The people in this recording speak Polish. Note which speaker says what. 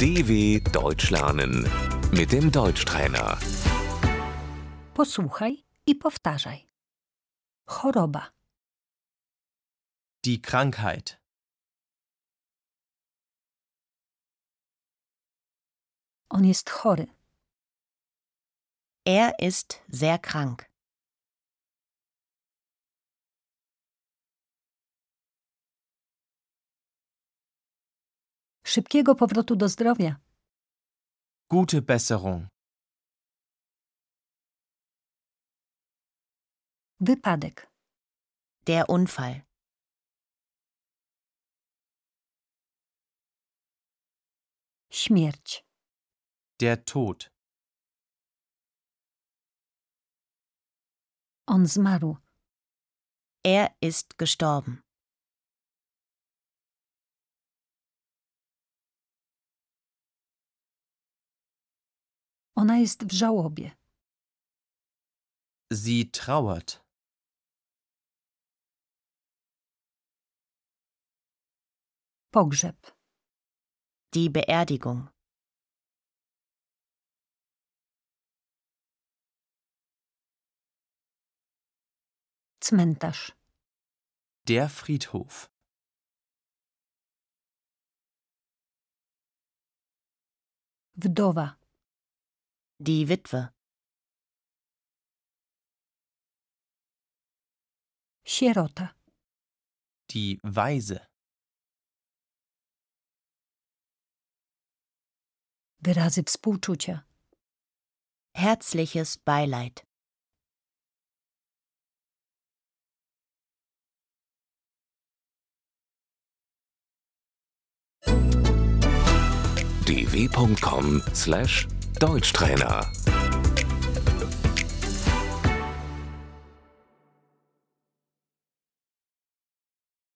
Speaker 1: DW Deutsch lernen mit dem Deutschtrainer.
Speaker 2: Posłuchaj i powtarzaj. Choroba,
Speaker 3: Die Krankheit.
Speaker 2: on jest chory,
Speaker 4: Er ist sehr krank.
Speaker 2: szybkiego powrotu do zdrowia,
Speaker 3: Gute Besserung.
Speaker 2: wypadek,
Speaker 4: Der Unfall.
Speaker 2: śmierć,
Speaker 3: Der Tod.
Speaker 2: on zmarł,
Speaker 4: Er ist gestorben.
Speaker 2: ona jest w żałobie,
Speaker 3: Sie trauert.
Speaker 2: pogrzeb,
Speaker 4: Die Beerdigung.
Speaker 2: cmentarz,
Speaker 3: Der Friedhof.
Speaker 2: wdowa,
Speaker 4: Die Witwe.
Speaker 2: sierota,
Speaker 3: Die Weise.
Speaker 2: wyrazy współczucia,
Speaker 4: Herzliches Beileid.
Speaker 1: dw.com/deutschtrainer